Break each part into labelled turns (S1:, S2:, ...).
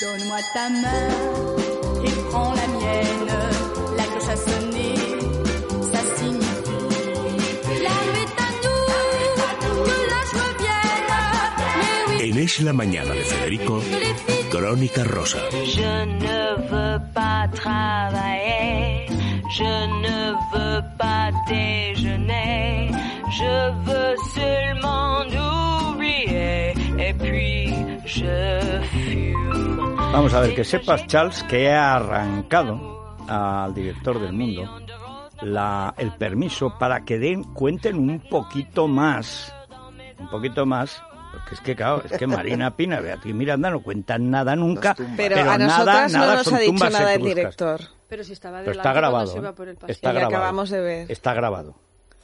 S1: Donne-moi ta main et prends la mienne. La cloche a sonné, ça signifie. L'arme est à nous, que la joie vienne. Mais oui,
S2: En Es la Mañana de Federico,
S1: que les filles
S2: Crónica Rosa.
S3: Je ne veux pas travailler, je ne veux pas déjeuner, je veux seulement oublier et puis je fume.
S4: Vamos a ver, que sepas, Charles, que he arrancado al director del mundo la- el permiso para que den, cuenten un poquito más. Un poquito más. Porque es que, claro, es que Marina Pina, Beatriz Miranda no cuentan nada nunca.
S5: Pero, a nosotras no nos
S4: son
S5: ha dicho
S4: tumbas
S5: nada el
S4: etruscas.
S5: director.
S6: Pero si estaba
S4: Pero
S6: delante
S4: está
S6: cuando
S4: grabado.
S6: se iba
S4: ¿eh?
S6: por el paseo.
S4: Está
S5: El que
S4: grabado.
S5: acabamos de ver.
S4: Está grabado.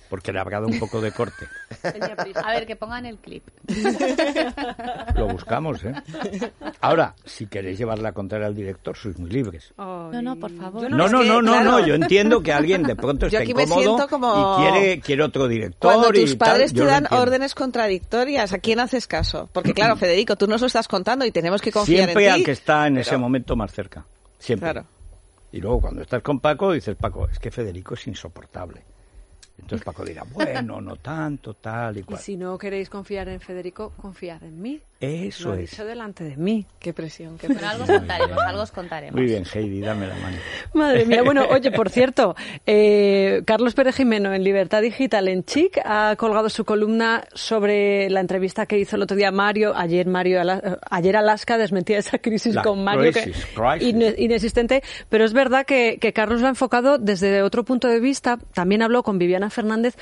S4: Porque le habrá dado un poco de corte.
S6: Tenía prisa.
S7: A ver, que pongan el clip.
S4: Lo buscamos, ¿eh? Ahora, si queréis llevar la contraria al director, sois muy libres.
S7: No, no, por favor.
S5: Yo
S4: No,
S5: es
S4: no,
S5: que,
S4: no, no,
S5: claro,
S4: no, yo entiendo que alguien de pronto
S5: Yo
S4: está
S5: aquí me
S4: incómodo
S5: siento como-
S4: y quiere, quiere otro director
S5: Cuando
S4: y
S5: tus
S4: tal,
S5: padres
S4: yo
S5: te
S4: lo
S5: dan
S4: entiendo.
S5: órdenes contradictorias, ¿a quién haces caso? Porque claro, Federico, tú nos lo estás contando y tenemos que confiar
S4: Siempre
S5: en ti.
S4: al que está en ese momento más cerca. Siempre.
S5: Claro.
S4: Y luego cuando estás con Paco dices, Paco, es que Federico es insoportable. Entonces Paco dirá, bueno, no tanto, tal y
S6: Y
S4: cual.
S6: si no queréis confiar en Federico, confiar en mí.
S4: Eso
S6: Lo ha
S4: es.
S6: dicho delante de mí. Qué presión, qué
S7: Bueno,
S6: presión.
S7: algo os contaremos, algo os contaremos.
S4: Muy bien, Heidi, dame la mano.
S6: Madre mía, bueno, oye, por cierto, eh, Carlos Pérez Jimeno en Libertad Digital en Chic ha colgado su columna sobre la entrevista que hizo el otro día Mario, ayer Mario, Ala- ayer Alaska desmentía esa crisis
S4: La
S6: con Mario
S4: crisis,
S6: que
S4: crisis.
S6: ine- inexistente, pero es verdad que, que Carlos lo ha enfocado desde otro punto de vista, también habló con Viviana Fernández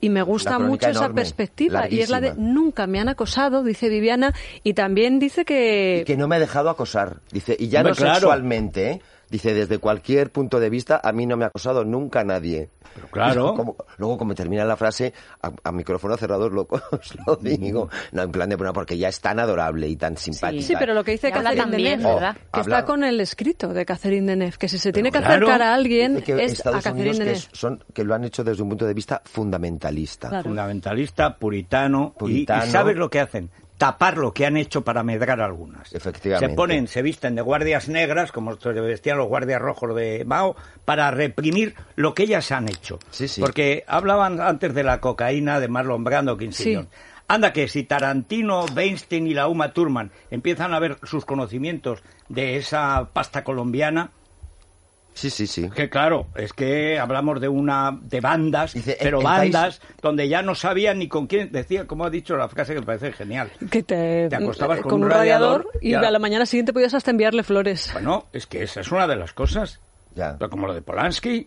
S6: y me gusta
S8: crónica
S6: mucho esa
S8: enorme,
S6: perspectiva y es la de
S8: larguísima.
S6: nunca me han acosado, dice Viviana, y también dice
S8: Y que no me ha dejado acosar. Dice, y ya
S4: Eh, Hombre,
S8: no
S4: claro.
S8: sexualmente, ¿eh? Dice, desde cualquier punto de vista, a mí no me ha acosado nunca nadie.
S4: Pero claro.
S8: Dijo, como- luego, como termina la frase, a, a micrófono cerrado os lo, os lo digo. No, en plan de, bueno, porque ya es tan adorable y tan simpática.
S6: Sí, pero lo que dice
S7: Y habla
S6: Catherine
S7: también,
S6: Deneuve,
S7: ¿verdad?
S6: que
S8: Habla-
S6: está con el escrito de Catherine Deneuve, que si se tiene que
S4: claro.
S6: acercar a alguien
S8: Dice que
S6: es a
S8: Estados
S6: Catherine
S8: Unidos que,
S6: Deneuve.
S8: es- son, que lo han hecho desde un punto de vista fundamentalista.
S6: Claro.
S4: Fundamentalista, puritano, y- Y,
S8: Puritano.
S4: ¿sabes lo que hacen? Tapar lo que han hecho para medrar a algunas.
S8: Efectivamente.
S4: Se ponen, se visten de guardias negras, como se vestían los guardias rojos de Mao, para reprimir lo que ellas han hecho.
S8: Sí, sí.
S4: Porque hablaban antes de la cocaína de Marlon Brando, Quinceañón.
S6: Sí.
S4: Anda que si Tarantino, Weinstein y la Uma Thurman empiezan a ver sus conocimientos de esa pasta colombiana,
S8: Sí, sí, sí.
S4: que claro, es que hablamos de una de bandas,
S8: Dice,
S4: pero
S8: el- el
S4: bandas donde ya no sabían ni con quién decía, como ha dicho la frase que me parece genial.
S6: Que te,
S4: Te acostabas con
S6: un
S4: un
S6: radiador,
S4: radiador,
S6: y
S4: ya.
S6: a la mañana siguiente podías hasta enviarle flores.
S4: Bueno, es que esa es una de las cosas.
S8: Ya.
S4: Pero como lo de Polanski,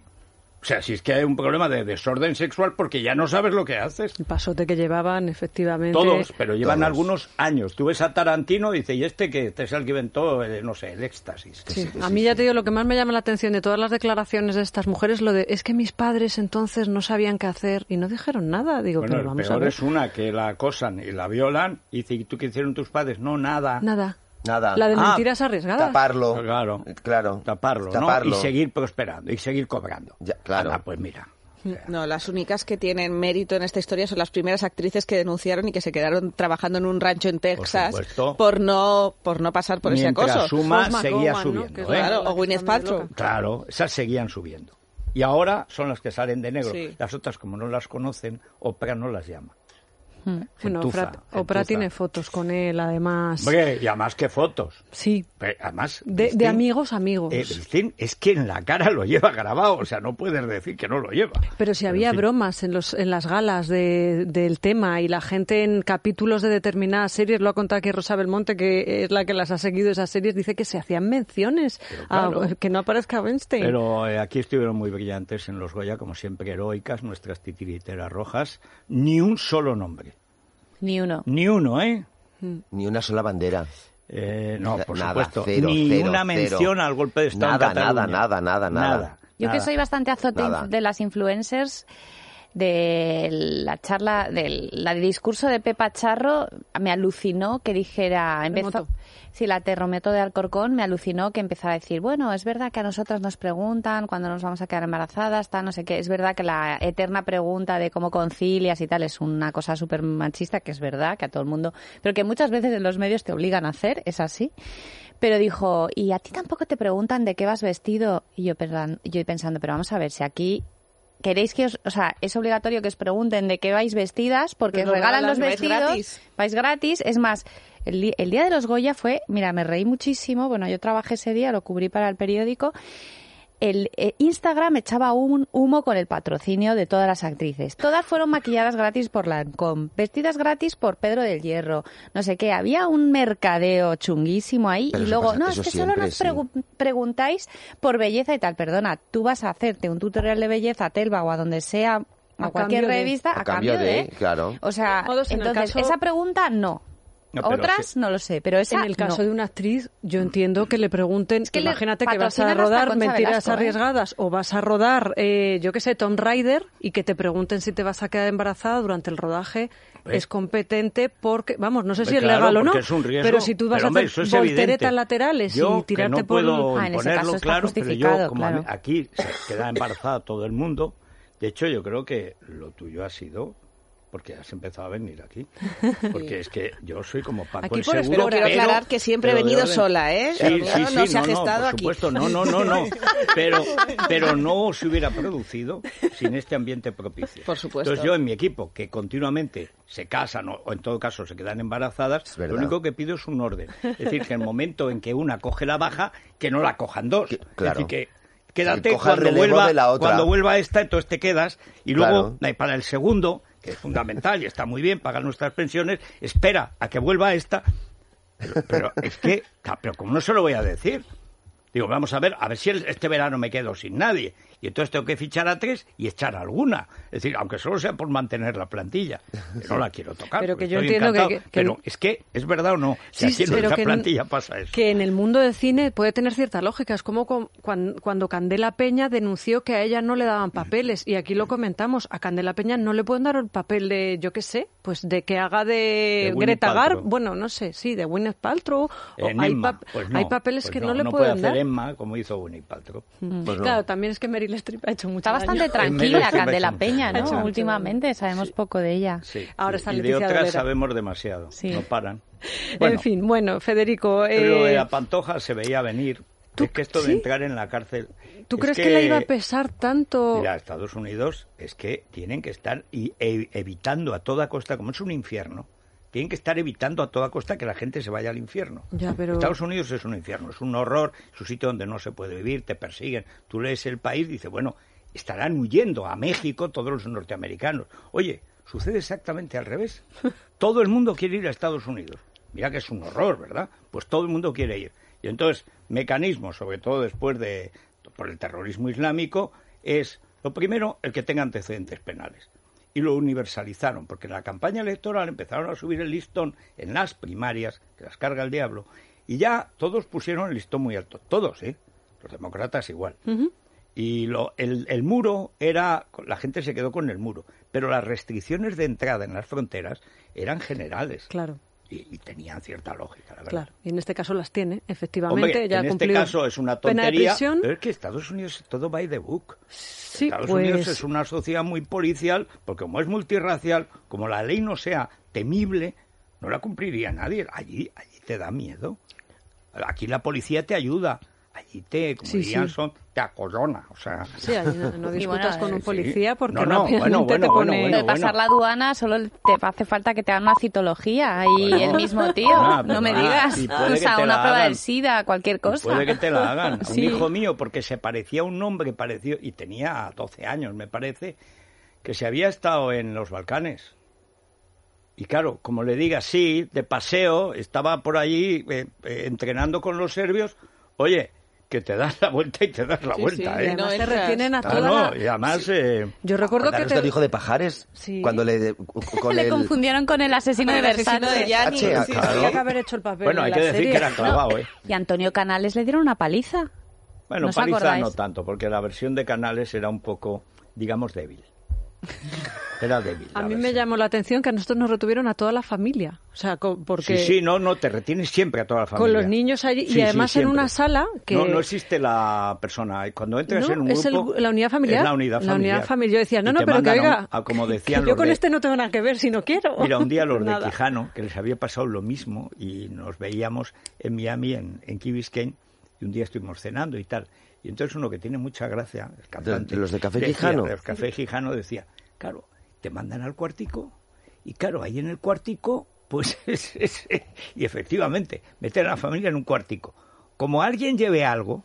S4: o sea, si es que hay un problema de desorden sexual porque ya no sabes lo que haces.
S6: El pasote que llevaban, efectivamente.
S4: Todos, pero llevan
S8: Todos.
S4: algunos años. Tú ves a Tarantino y dices, y este que este es el que inventó, eh, no sé, el éxtasis.
S6: Sí, a mí ya te digo, lo que más me llama la atención de todas las declaraciones de estas mujeres, lo de es que mis padres entonces no sabían qué hacer y no dijeron nada. Digo,
S4: Bueno,
S6: pero
S4: el
S6: vamos a
S4: peor
S6: ver.
S4: es una que la acosan y la violan y dice, ¿y tú qué hicieron tus padres? No, nada.
S6: Nada.
S8: Nada.
S6: La de
S4: Ah,
S6: mentiras arriesgadas.
S8: Taparlo.
S4: Claro.
S8: Claro.
S4: Taparlo, ¿no?
S8: Taparlo.
S4: Y seguir prosperando, y seguir cobrando.
S8: Ya, claro.
S4: Anda, pues mira.
S5: No, las únicas que tienen mérito en esta historia son las primeras actrices que denunciaron y que se quedaron trabajando en un rancho en Texas
S4: supuesto.
S5: por no por no pasar por
S4: Mientras
S5: ese acoso.
S4: suma,
S6: Cosma
S4: seguía
S6: Cowan, ¿no?
S4: subiendo.
S6: Que es
S4: ¿eh?
S6: la-
S5: Claro,
S6: la
S5: o
S6: que
S5: Gwyneth
S6: está medio
S5: Paltrow.
S6: loca.
S4: Claro, esas seguían subiendo. Y ahora son las que salen de negro.
S5: Sí.
S4: Las otras, como no las conocen, Oprah no las llama.
S6: Bueno,
S4: Gentuza,
S6: Oprah, Oprah
S4: gentuza.
S6: tiene fotos con él, además.
S4: Hombre, y además que fotos.
S6: Sí,
S4: Pero además,
S6: De, de
S4: Christine,
S6: amigos, amigos.
S4: eh, Christine, es que en la cara lo lleva grabado. O sea, no puedes decir que no lo lleva.
S6: pero si había
S4: en fin.
S6: bromas en, los, en las galas de- del tema y la gente en capítulos de determinadas series, lo ha contado aquí Rosa Belmonte, que es la que las ha seguido esas series, dice que se hacían menciones a-
S4: claro.
S6: que no aparezca Weinstein.
S4: Pero eh, aquí estuvieron muy brillantes en los Goya, como siempre heroicas, nuestras titiriteras rojas. Ni un solo nombre.
S7: Ni uno.
S4: Ni uno, ¿eh?
S8: Ni una sola bandera.
S4: Eh, no, por
S8: Nada,
S4: supuesto.
S8: cero,
S4: ni
S8: cero,
S4: una
S8: cero.
S4: mención al golpe de Estado. en
S8: Nada,
S4: Cataluña.
S8: nada, nada, nada, nada.
S7: Yo que soy bastante azote
S8: Nada.
S7: de las influencers, de la charla, del la de discurso de Pepa Charro, me alucinó que dijera, empezó,
S6: Terremoto.
S7: sí, la terremoto de Alcorcón, me alucinó que empezara a decir, bueno, es verdad que a nosotras nos preguntan cuándo nos vamos a quedar embarazadas, tal, no sé qué, es verdad que la eterna pregunta de cómo concilias y tal es una cosa súper machista, que es verdad, que a todo el mundo, pero que muchas veces en los medios te obligan a hacer, es así. Pero dijo, y a ti tampoco te preguntan de qué vas vestido. Y yo, pensan- yo pensando, pero vamos a ver, si aquí queréis que os, o sea, es obligatorio que os pregunten de qué vais vestidas porque
S5: Pero
S7: os
S5: nos
S7: regalan,
S5: regalan,
S7: los
S5: vais
S7: vestidos.
S5: gratis.
S7: vais gratis. Es más, el, di- el día de los Goya fue, mira, me reí muchísimo. Bueno, yo trabajé ese día, lo cubrí para el periódico el eh, Instagram echaba un humo con el patrocinio de todas las actrices. Todas fueron maquilladas gratis por Lancôme, vestidas gratis por Pedro del Hierro, no sé qué. Había un mercadeo chunguísimo ahí
S8: Pero
S7: y
S8: eso
S7: luego,
S8: pasa-
S7: no, es
S8: eso
S7: que solo
S8: siempre,
S7: nos
S8: sí.
S7: pregu- preguntáis por belleza y tal. Perdona, tú vas a hacerte un tutorial de belleza a Telva o a donde sea, a,
S6: A
S7: cualquier
S6: cambio de-
S7: revista, a, cambio, de...
S8: claro.
S7: O sea,
S6: De todos modos, en el
S7: entonces,
S6: caso-
S7: esa pregunta no.
S4: No, pero
S7: Otras
S4: sí.
S7: no lo sé, pero esa
S6: En el caso
S7: no.
S6: de una actriz, yo entiendo que le pregunten,
S7: que le
S6: imagínate que vas
S7: patrocinan
S6: a
S7: hasta
S6: rodar
S7: Concha
S6: Mentiras
S7: Velasco, ¿eh?
S6: Arriesgadas o vas a rodar, eh, yo qué sé, Tom Rider y que te pregunten si te vas a quedar embarazada durante el rodaje.
S4: Hombre.
S6: Es competente porque, vamos, no sé si
S4: Hombre,
S6: es
S4: claro,
S6: legal o no,
S4: porque es un riesgo,
S6: pero si tú vas
S4: pero, hombre,
S6: a
S4: eso
S6: hacer
S4: es
S6: volteretas
S4: evidente.
S6: laterales
S4: Yo,
S6: y
S4: que
S6: tirarte
S4: no
S6: por el-
S4: puedo
S7: Ah, en ese
S4: ponerlo
S7: caso está
S4: claro, pero yo
S7: justificado,
S4: como a mí-
S7: claro.
S4: aquí se queda embarazada todo el mundo. De hecho, yo creo que lo tuyo ha sido porque has empezado a venir aquí. Porque es que yo soy como Paco
S6: Aquí
S4: el
S6: por
S4: seguro,
S6: espero, quiero
S5: aclarar que siempre he
S4: pero de
S5: venido
S4: orden.
S5: sola, ¿eh?
S4: Sí,
S5: Pero
S4: sí,
S5: claro,
S4: sí,
S5: no se ha gestado
S4: por
S5: aquí.
S4: supuesto, no, no, no, no. Pero, pero no se hubiera producido sin este ambiente propicio.
S5: Por supuesto.
S4: Entonces yo en mi equipo, que continuamente se casan o, o en todo caso se quedan embarazadas,
S8: Es
S4: lo
S8: verdad.
S4: único que pido es un orden. Es decir, que el momento en que una coge la baja, que no la cojan dos.
S8: Que- claro.
S4: Es decir, que quédate
S8: Que coja el
S4: cuando
S8: relevo
S4: vuelva,
S8: de la otra.
S4: cuando vuelva esta, entonces te quedas. Y luego,
S8: Claro.
S4: eh, para el segundo, que es fundamental y está muy bien, pagar nuestras pensiones, espera a que vuelva esta. Pero, pero es que, ca- pero ¿cómo no se lo voy a decir? Digo, vamos a ver, a ver si el- este verano me quedo sin nadie. Y entonces tengo que fichar a tres y echar a alguna. Es decir, aunque solo sea por mantener la plantilla. que No la quiero tocar.
S6: Pero
S4: porque
S6: que yo
S4: estoy
S6: entiendo que-
S4: encantado.
S6: que- que-
S4: Pero es que, ¿es verdad o no? Si aquí en
S6: pero
S4: nuestra
S6: que en-
S4: plantilla pasa eso.
S6: Que en el mundo del cine puede tener cierta lógica. Es como con- cuan- cuando Candela Peña denunció que a ella no le daban papeles. Y aquí lo comentamos. A Candela Peña no le pueden dar el papel de, yo qué sé, pues de que haga de,
S4: De Gwyneth
S6: Greta
S4: Paltrow.
S6: Garbo. Bueno, no sé, sí, de Gwyneth Paltrow. O
S4: En
S6: hay,
S4: Emma,
S6: pap-
S4: pues no,
S6: hay papeles
S4: pues
S6: que no, le
S4: no
S6: pueden
S4: puede
S6: dar.
S4: hacer Emma como hizo Winnie Paltrow.
S6: Mm.
S4: Pues no.
S6: Claro, también es que Meryl Streep ha hecho mucho
S7: Está bastante
S6: daño.
S7: tranquila
S4: Streep ha
S7: Candela
S4: hecho-
S7: Peña,
S4: ha hecho
S7: ¿no?
S4: mucho
S7: Últimamente sabemos poco de ella.
S4: Sí.
S6: Ahora
S4: y-
S6: está
S4: y de
S6: Leticia
S4: otras
S6: Dolera.
S4: sabemos demasiado.
S7: Sí.
S4: No paran. Bueno,
S6: En fin, bueno, Federico.
S4: Pero
S6: eh,
S4: de la Pantoja se veía venir.
S6: ¿tú
S4: es que esto de
S6: sí?
S4: entrar en la cárcel.
S6: ¿Tú
S4: es
S6: crees que... la iba a pesar tanto?
S4: Mira, Estados Unidos es que tienen que estar y- e- evitando a toda costa, como es un infierno, tienen que estar evitando a toda costa que la gente se vaya al infierno.
S6: Ya, pero-
S4: Estados Unidos es un infierno, es un horror, es un sitio donde no se puede vivir, te persiguen. Tú lees el país, dices, bueno, estarán huyendo a México todos los norteamericanos. Oye, sucede exactamente al revés. Todo el mundo quiere ir a Estados Unidos. Mira que es un horror, ¿verdad? Pues todo el mundo quiere ir. Y entonces, mecanismos, sobre todo después de por el terrorismo islámico, es lo primero, el que tenga antecedentes penales y lo universalizaron, porque en la campaña electoral empezaron a subir el listón en las primarias, que las carga el diablo, y ya todos pusieron el listón muy alto, todos, ¿eh? Los demócratas igual. Y lo- el, el muro era, la gente se quedó con el muro, pero las restricciones de entrada en las fronteras eran generales
S6: Claro,
S4: y, y tenían cierta lógica, la verdad.
S6: claro. Y en este caso las tiene, efectivamente.
S4: Hombre, en
S6: ya ha
S4: este
S6: cumplido
S4: caso es una
S6: pena de
S4: tontería,
S6: prisión.
S4: pero es que Estados Unidos todo va by the book.
S6: Sí,
S4: Eh, Estados
S6: pues,
S4: Unidos es una sociedad muy policial, porque como es multirracial, como la ley no sea temible, no la cumpliría nadie. Allí, allí te da miedo. Aquí la policía te ayuda. Allí te, como
S6: Sí,
S4: dirían,
S6: sí.
S4: son- te acorona. O sea,
S6: Sí, ahí no, no discutas
S7: bueno,
S6: con un
S4: sí.
S6: policía porque
S4: No, no,
S6: rápidamente
S4: bueno, bueno,
S6: te pone...
S4: bueno,
S7: Lo de
S4: bueno.
S7: pasar la aduana solo te hace falta que te hagan una citología y
S4: Bueno.
S7: el mismo tío,
S4: Ah,
S7: no me
S4: perdona,
S7: digas.
S4: y puede
S7: O
S4: que
S7: sea,
S4: te
S7: una
S4: la
S7: prueba
S4: hagan.
S7: del SIDA, cualquier
S4: Y
S7: cosa.
S4: Puede que te la hagan. A Un
S7: Sí.
S4: hijo mío, porque se parecía a un hombre, pareció, y tenía 12 años, me parece, que se había estado en los Balcanes. Y claro, como le diga sí, de paseo, estaba por allí eh, eh, entrenando con los serbios. Oye, que te das la vuelta y te das la
S5: Sí,
S4: vuelta,
S5: sí,
S4: ¿eh?
S5: no
S6: Además te
S5: entras.
S6: retienen a
S4: Claro,
S6: toda la...
S4: y además... eh,
S6: Yo recuerdo que
S8: Acordaros
S6: te...
S8: del hijo de Pajares?
S6: Sí.
S8: Cuando le... de- Con
S7: Le
S8: el-
S7: confundieron con el asesino de
S5: El asesino de
S7: Versace.
S5: Gianni.
S8: Ah,
S5: sí,
S8: claro.
S6: Tenía que haber hecho el papel
S4: bueno,
S6: en
S4: hay
S6: la
S4: que decir
S6: serie.
S4: que era clavado, ¿eh?
S7: Y Antonio Canales le dieron una paliza.
S4: Bueno,
S7: ¿No os
S4: paliza
S7: acordáis?
S4: no tanto, porque la versión de Canales era un poco, digamos, débil. Era débil.
S6: A
S4: la
S6: mí me
S4: versión.
S6: llamó la atención que a nosotros nos retuvieron a toda la familia. O sea, co-
S4: Sí,
S6: porque
S4: sí, no, no, te retienes siempre a toda la familia.
S6: Con los niños allí, y además en
S4: siempre.
S6: una sala que-
S4: No, no existe la persona. Cuando entras
S6: No,
S4: en un
S6: es el
S4: grupo...
S6: gru- la unidad familiar.
S4: Es la unidad
S6: La
S4: familiar.
S6: unidad familiar. Yo decía, no,
S4: Y
S6: no,
S4: te
S6: pero que
S4: mandan a un-
S6: oiga,
S4: a como
S6: que-
S4: decían
S6: que
S4: los
S6: yo con
S4: de-
S6: este no tengo nada que ver si no quiero.
S4: Mira, un día los de
S6: Nada.
S4: Quijano, que les había pasado lo mismo, y nos veíamos en Miami, en, en Key Biscayne, y un día estuvimos cenando y tal. Y entonces uno que tiene mucha gracia, el cantante...
S8: de los de Café
S4: decía-
S8: Quijano?
S4: de los Café Quijano decía, claro, te mandan al cuartico, y claro, ahí en el cuartico, pues es... es- y efectivamente, meter a la familia en un cuartico. Como alguien lleve algo,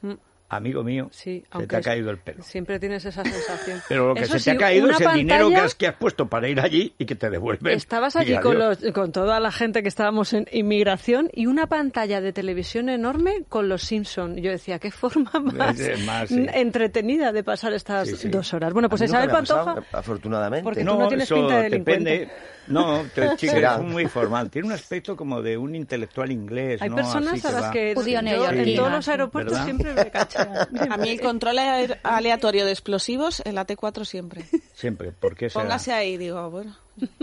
S4: amigo mío,
S6: Mm. Sí,
S4: se
S6: aunque
S4: te ha
S6: es-
S4: caído el pelo.
S6: Siempre tienes esa sensación.
S4: Pero lo que se
S6: Eso
S4: te
S6: sí,
S4: ha caído
S6: una
S4: es el dinero que
S6: pantalla-
S4: has, que has puesto para ir allí y que te devuelven.
S6: Estabas
S4: Y
S6: allí con,
S4: adiós.
S6: los, con toda la gente que estábamos en inmigración y una pantalla de televisión enorme con los Simpson. Yo decía, qué forma más,
S4: Eh, más, sí.
S6: entretenida de pasar estas
S4: Sí, sí.
S6: dos horas. Bueno, pues
S8: A mí nunca
S6: Isabel
S8: me ha pasado,
S6: Pantoja.
S8: Afortunadamente.
S6: Porque tú no tienes pinta de delincuente.
S4: depende. No, te- chica,
S8: Será.
S4: es muy formal. Tiene un aspecto como de un intelectual inglés.
S6: Hay
S4: ¿no? Así
S6: personas a las
S4: va-
S6: que
S7: Judío
S6: yo en
S4: neoyorquino.
S6: todos los aeropuertos
S4: ¿Verdad?
S6: siempre me cachan.
S5: A mí el control ale- aleatorio de explosivos, el AT4 siempre.
S4: Siempre, porque será?
S5: Póngase ahí, digo, "Ah, bueno,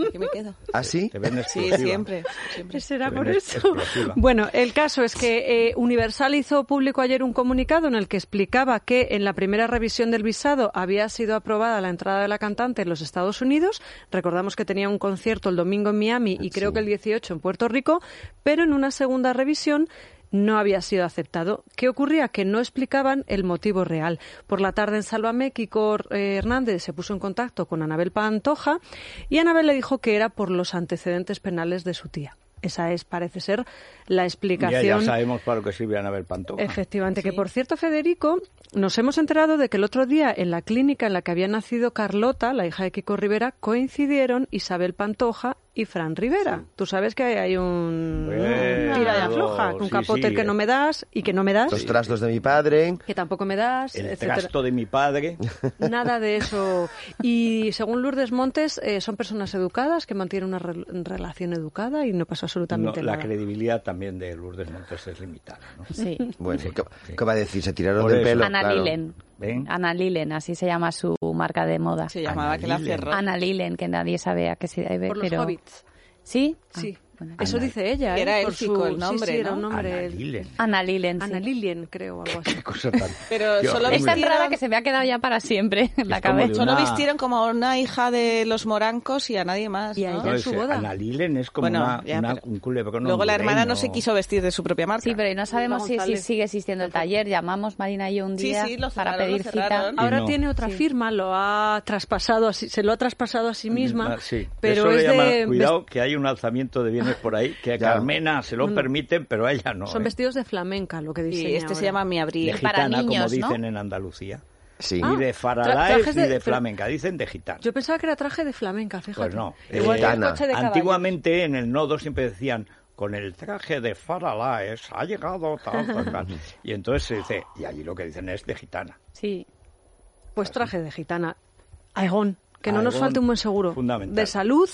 S5: aquí me quedo.
S8: ¿Ah, sí?
S4: Te venden
S5: Sí,
S4: exclusiva.
S5: siempre, siempre.
S6: ¿Será
S4: Te
S6: por
S4: vendes
S6: eso?
S4: explosiva.
S6: Bueno, el caso es que eh, Universal hizo público ayer un comunicado en el que explicaba que en la primera revisión del visado había sido aprobada la entrada de la cantante en los Estados Unidos. Recordamos que tenía un concierto el domingo en Miami y creo que el 18 en Puerto Rico, pero en una segunda revisión no había sido aceptado. ¿Qué ocurría? Que no explicaban el motivo real. Por la tarde en Sálvame, Kiko eh, Hernández se puso en contacto con Anabel Pantoja y Anabel le dijo que era por los antecedentes penales de su tía. Esa es, parece ser, la
S4: Ya,
S6: explicación.
S4: ya sabemos para lo que sirve Anabel Pantoja.
S6: Efectivamente, que por cierto, Federico, nos hemos enterado de que el otro día en la clínica en la que había nacido Carlota, la hija de Kiko Rivera, coincidieron Isabel Pantoja y Fran Rivera. Tú sabes que hay, hay un
S4: Bueno,
S6: un tira y afloja,
S4: sí,
S6: un capote
S4: sí,
S6: que
S4: eh.
S6: no me das y que no me das,
S8: Los trastos de mi padre.
S6: que tampoco me das,
S4: El
S6: etcétera.
S4: trasto de mi padre.
S6: Nada de eso. Y según Lourdes Montes, eh, son personas educadas que mantienen una re- relación educada y no pasa
S4: no,
S6: absolutamente
S4: la
S6: nada.
S4: credibilidad también de Lourdes Montes es limitada. ¿no?
S7: Sí.
S8: Bueno,
S4: Sí,
S8: ¿qué,
S4: sí.
S8: qué va a decir? Se tiraron
S4: Por
S8: del
S4: eso.
S8: pelo.
S7: Ana
S8: claro.
S7: Lilen.
S4: ¿Ven?
S7: Ana Lilen, así se llama su marca de moda.
S5: Se llamaba que la
S4: Ana Lilen.
S5: cerró.
S7: Ana Lilen, que nadie sabe a qué se debe.
S6: Por los
S7: pero...
S6: hobbits.
S7: ¿Sí?
S6: Sí,
S7: Ah, bueno.
S6: eso dice ella.
S5: Que
S6: ¿eh?
S5: era
S6: Por
S5: élfico
S6: su-
S5: el
S6: sí,
S5: nombre,
S6: sí, era
S5: ¿no?
S6: un nombre.
S4: Ana
S6: el-
S4: Lillen.
S7: Ana Lilen. sí.
S6: Ana Lilien, creo, algo así.
S4: Qué cosa tan...
S5: Pero
S4: qué
S5: solo
S4: horrible.
S7: Es tan
S5: Vistieron-
S7: rara que se me ha quedado ya para siempre en la
S4: Es como de
S7: cabeza.
S5: Solo
S4: Una-
S5: vistieron como a una hija de los morancos y a nadie más.
S6: Y a
S5: ¿no?
S6: ella. en
S4: es,
S6: su
S4: eh,
S6: boda.
S4: Ana Lilen es como
S5: Bueno,
S4: una,
S5: ya,
S4: una-
S5: pero-
S4: un culebrón
S5: Luego la hermana no
S4: hondureño.
S5: se quiso vestir de su propia marca.
S7: Sí, pero no sabemos si, si
S6: González.
S7: sigue existiendo el taller. Llamamos Marina y yo un
S5: Sí,
S7: día
S5: sí, lo cerraron,
S7: para pedir
S5: lo cerraron.
S7: cita.
S4: Ah,
S6: Ahora
S4: no.
S6: tiene otra firma, lo ha traspasado, a sí- se lo ha traspasado a sí misma,
S4: Ah, sí.
S6: pero
S4: Eso le
S6: es
S4: llaman-
S6: de
S4: Cuidado que hay un alzamiento de bienes por ahí, que a
S8: Ya.
S4: Carmena se lo permiten, pero a ella no.
S6: son
S4: ¿eh?
S6: vestidos de flamenca, lo que
S5: Y
S6: diseña
S5: este se
S6: ahora.
S5: llama Mi
S4: De
S5: Abril.
S4: gitana,
S7: para
S4: como
S7: niños, ¿no?
S4: dicen en Andalucía.
S8: Sí.
S4: Ni
S6: Ah.
S4: de
S6: Tra-
S4: Faradayes
S6: trajes
S4: ni
S6: de-
S4: de
S6: pero-
S4: flamenca, dicen de gitana.
S6: Yo pensaba que era traje de flamenca, fíjate.
S4: Pues no.
S6: Igual que el
S8: Gitana.
S6: coche de caballo.
S4: Antiguamente en el nodo siempre decían, con el traje de Faralaes ha llegado tal, tal, tal". Y entonces se dice, y allí lo que dicen es de gitana.
S7: Sí.
S6: Pues traje de gitana. Aigón. Que no nos
S4: Aigón,
S6: falte un buen seguro.
S4: fundamental.
S6: De salud,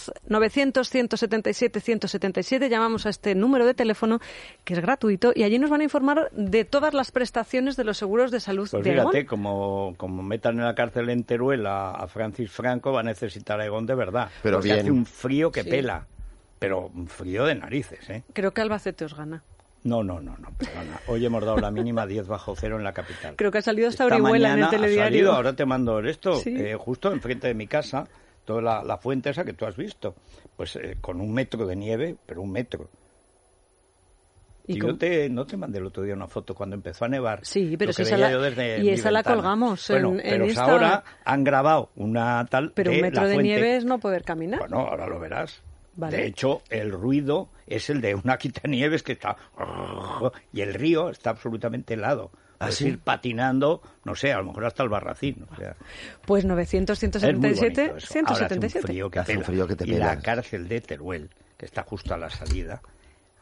S6: 900-177-177. Llamamos a este número de teléfono, que es gratuito, y allí nos van a informar de todas las prestaciones de los seguros de salud
S4: Pues
S6: de Aigón.
S4: fíjate, como, como metan en la cárcel en Teruel a, a Francis Franco, va a necesitar a Egon de verdad.
S8: Pero
S4: porque
S8: bien.
S4: hace un frío que pela, pero un frío de narices, ¿eh?
S6: Creo que Albacete os gana.
S4: No, no, no, no, perdona. Hoy hemos dado la mínima 10 bajo cero en la capital.
S6: Creo que ha salido hasta
S4: Esta
S6: Orihuela
S4: mañana
S6: en el
S4: Ha
S6: telediario.
S4: salido, ahora te mando esto,
S6: Sí.
S4: eh, justo enfrente de mi casa, toda la, la fuente esa que tú has visto. Pues eh, con un metro de nieve, pero un metro.
S6: ¿Y
S4: Y
S6: cómo?
S4: yo te, no te mandé el otro día una foto cuando empezó a nevar.
S6: Sí, pero
S4: Lo
S6: si
S4: que
S6: esa
S4: veía
S6: la-
S4: yo desde
S6: y
S4: mi
S6: esa la
S4: ventana.
S6: colgamos
S4: Bueno,
S6: en- en
S4: pero es
S6: Instagram.
S4: ahora han grabado una tal.
S6: Pero
S4: de
S6: un metro
S4: la
S6: de
S4: fuente.
S6: nieve es no poder caminar.
S4: Bueno, ahora lo verás.
S6: Vale.
S4: De hecho, el ruido es el de una quitanieves que está... Y el río está absolutamente helado.
S6: ¿Ah,
S4: Puedes ir patinando, no sé, a lo mejor hasta el barracín. o sea,
S6: Pues
S4: es muy
S6: 900-177-177.
S4: bonito eso. Ahora hace un frío que
S8: Hace un
S4: pela.
S8: frío que te
S4: Y la
S8: pelas.
S4: cárcel de Teruel, que está justo a la salida,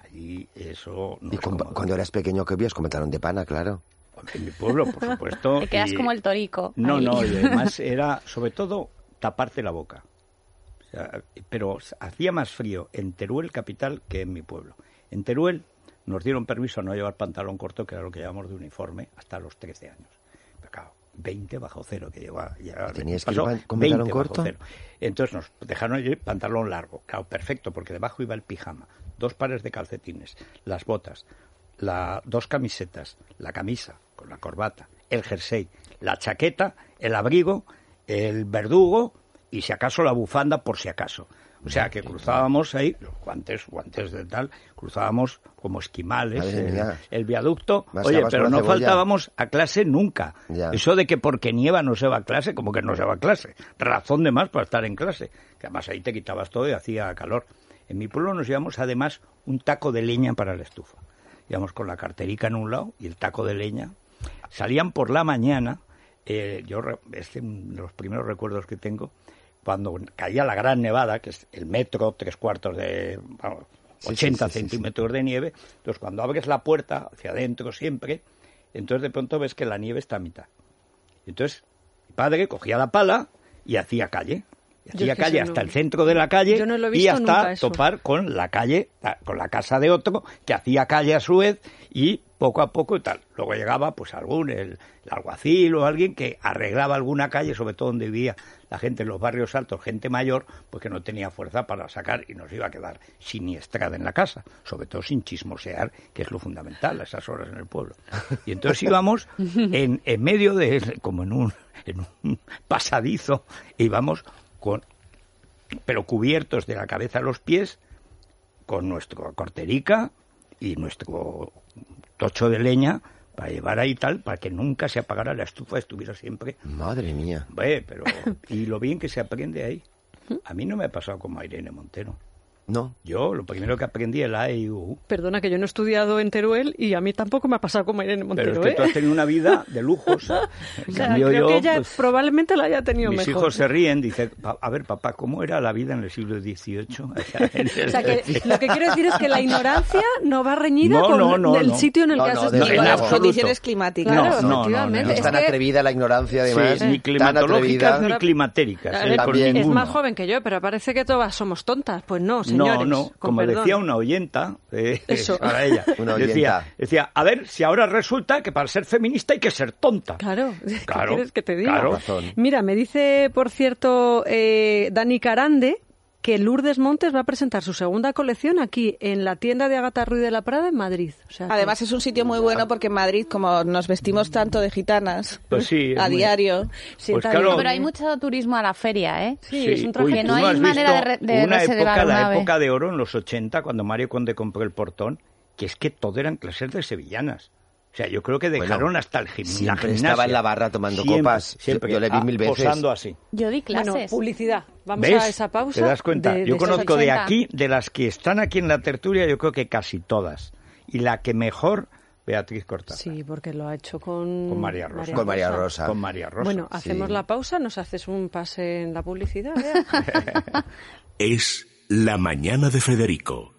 S4: allí eso... No
S8: Y
S4: es
S8: con-
S4: cómodo.
S8: cuando eras pequeño, ¿qué vías? Comentaron de pana, claro.
S4: En mi pueblo, por supuesto.
S7: Te quedas
S4: y-
S7: como el torico.
S4: No,
S7: ahí.
S4: no, y además era, sobre todo, taparte la boca. O sea, pero hacía más frío en Teruel capital que en mi pueblo. En Teruel nos dieron permiso a no llevar pantalón corto, que era lo que llevamos de uniforme, hasta los 13 años. Pero claro, 20 bajo cero que llevaba. llevaba-
S8: Tenías que
S4: pasó
S8: ir con
S4: 20
S8: pantalón
S4: bajo
S8: corto.
S4: cero. Entonces nos dejaron ir pantalón largo, claro, perfecto, porque debajo iba el pijama, dos pares de calcetines, las botas, la, dos camisetas, la camisa con la corbata, el jersey, la chaqueta, el abrigo, el verdugo y si acaso la bufanda por si acaso. O sea que cruzábamos ahí, los guantes, guantes de tal, cruzábamos como esquimales
S8: Madre
S4: el,
S8: mía.
S4: el viaducto.
S8: Más
S4: Oye,
S8: habas
S4: pero
S8: con la
S4: no
S8: cebolla.
S4: faltábamos a clase nunca.
S8: Ya.
S4: Eso de que porque nieva no se va a clase, como que no se va a clase. Razón de más para estar en clase. Que además ahí te quitabas todo y hacía calor. En mi pueblo nos llevamos además un taco de leña para la estufa. Íbamos con la carterica en un lado y el taco de leña. Salían por la mañana. eh, yo, re- este es uno de los primeros recuerdos que tengo, cuando caía la gran nevada, que es el metro, tres cuartos de. vamos,
S8: Sí, sí,
S4: 80
S8: sí, sí, sí.
S4: centímetros de nieve. Entonces, cuando abres la puerta hacia adentro siempre, entonces de pronto ves que la nieve está a mitad. Entonces, mi padre cogía la pala y hacía calle. Y
S6: Yo
S4: hacía
S6: es que
S4: calle
S6: eso no-
S4: hasta el centro de la calle
S6: Yo no lo he
S4: y
S6: visto
S4: hasta
S6: nunca eso.
S4: topar con la calle, la- con la casa de otro, que hacía calle a su vez y poco a poco y tal. Luego llegaba pues algún, el, el alguacil o alguien que arreglaba alguna calle, sobre todo donde vivía la gente en los barrios altos, gente mayor, pues que no tenía fuerza para sacar y nos iba a quedar siniestrada en la casa, sobre todo sin chismosear, que es lo fundamental a esas horas en el pueblo. Y entonces íbamos en, en medio de, como en un, en un pasadizo, íbamos con pero cubiertos de la cabeza a los pies con nuestro corterica y nuestro tocho de leña para llevar ahí tal, para que nunca se apagara la estufa, estuviera siempre.
S8: Madre mía.
S4: Ve, pero. Y lo bien que se aprende ahí. A mí no me ha pasado como a Irene Montero.
S8: No.
S4: Yo lo primero que aprendí E el AEU.
S6: Perdona, que yo no he estudiado en Teruel y a mí tampoco me ha pasado como a Irene Montero,
S4: Pero es que
S6: ¿eh?
S4: tú has tenido una vida de lujos. En
S6: O sea,
S4: cambio,
S6: creo
S4: yo,
S6: que ella
S4: pues,
S6: probablemente lo haya tenido
S4: mis
S6: mejor.
S4: hijos se ríen, dicen, "Pa- a ver papá, ¿cómo era la vida en el siglo XVIII?
S6: O sea, que lo que quiero decir es que la ignorancia no va reñida
S4: No,
S6: con
S4: no, no,
S6: el
S4: no.
S6: sitio en el
S8: No,
S6: que has
S8: no,
S6: estudiado.
S4: en
S5: con las
S4: absoluto.
S5: condiciones climáticas.
S6: Claro,
S4: No, no, no,
S6: efectivamente.
S4: no.
S8: No es tan
S6: que-
S8: atrevida la ignorancia, además.
S4: Sí, ni
S8: tan
S4: climatológicas
S8: atrevida.
S4: ni climatéricas.
S6: A
S4: eh,
S6: ver,
S4: por
S8: también.
S6: es
S4: ninguno.
S6: más joven que yo, pero parece que todas somos tontas. Pues no, señores.
S4: No, no,
S6: con
S4: como
S6: perdón.
S4: decía una oyenta, eh,
S6: Eso.
S4: para ella,
S8: Una
S4: decía,
S8: oyenta.
S4: decía, a ver, si ahora resulta que para ser feminista hay que ser tonta.
S6: Claro, ¿qué
S4: Claro,
S6: quieres que te diga?
S4: claro.
S8: Razón.
S6: Mira, me dice, por cierto, eh, Dani Carande que Lourdes Montes va a presentar su segunda colección aquí en la tienda de Agatha Ruiz de la Prada en Madrid. O sea, que-
S5: Ah, Además es un sitio muy bueno porque en Madrid, como nos vestimos tanto de gitanas
S4: Pues sí, es
S5: a
S4: muy-
S5: diario,
S6: Sí,
S4: pues
S6: está
S4: claro,
S6: bien.
S7: Pero hay mucho turismo a la feria, ¿eh?
S6: Sí,
S4: Sí,
S6: es un
S4: uy,
S6: traje
S7: Que
S4: tú
S7: no hay
S4: has
S7: manera de
S4: visto
S7: re- de
S4: una
S7: reservar
S4: época,
S7: una
S4: la
S7: ave.
S4: época de oro en los 80, cuando Mario Conde compró el portón, que es que todo eran clases de sevillanas. O sea, yo creo que
S8: Bueno,
S4: dejaron hasta el gimnasio.
S8: siempre estaba en la barra tomando copas. Yo-
S4: Siempre.
S8: yo le vi
S4: ah,
S8: mil veces.
S4: Posando así.
S7: Yo di
S6: Bueno,
S7: clases.
S6: publicidad. Vamos
S4: ¿Ves?
S6: a esa pausa.
S4: ¿Te das cuenta?
S6: de- de
S4: yo
S6: estos
S4: conozco de
S7: 80.
S4: aquí, de las que están aquí en la tertulia, yo creo que casi todas. Y la que mejor, Beatriz Cortázar.
S6: Sí, porque lo ha hecho con,
S4: Con María Rosa.
S8: Con María Rosa.
S4: Con María Rosa.
S6: Bueno, hacemos
S8: sí.
S6: la pausa, nos haces un pase en la publicidad. Bea?
S2: Es La Mañana de Federico.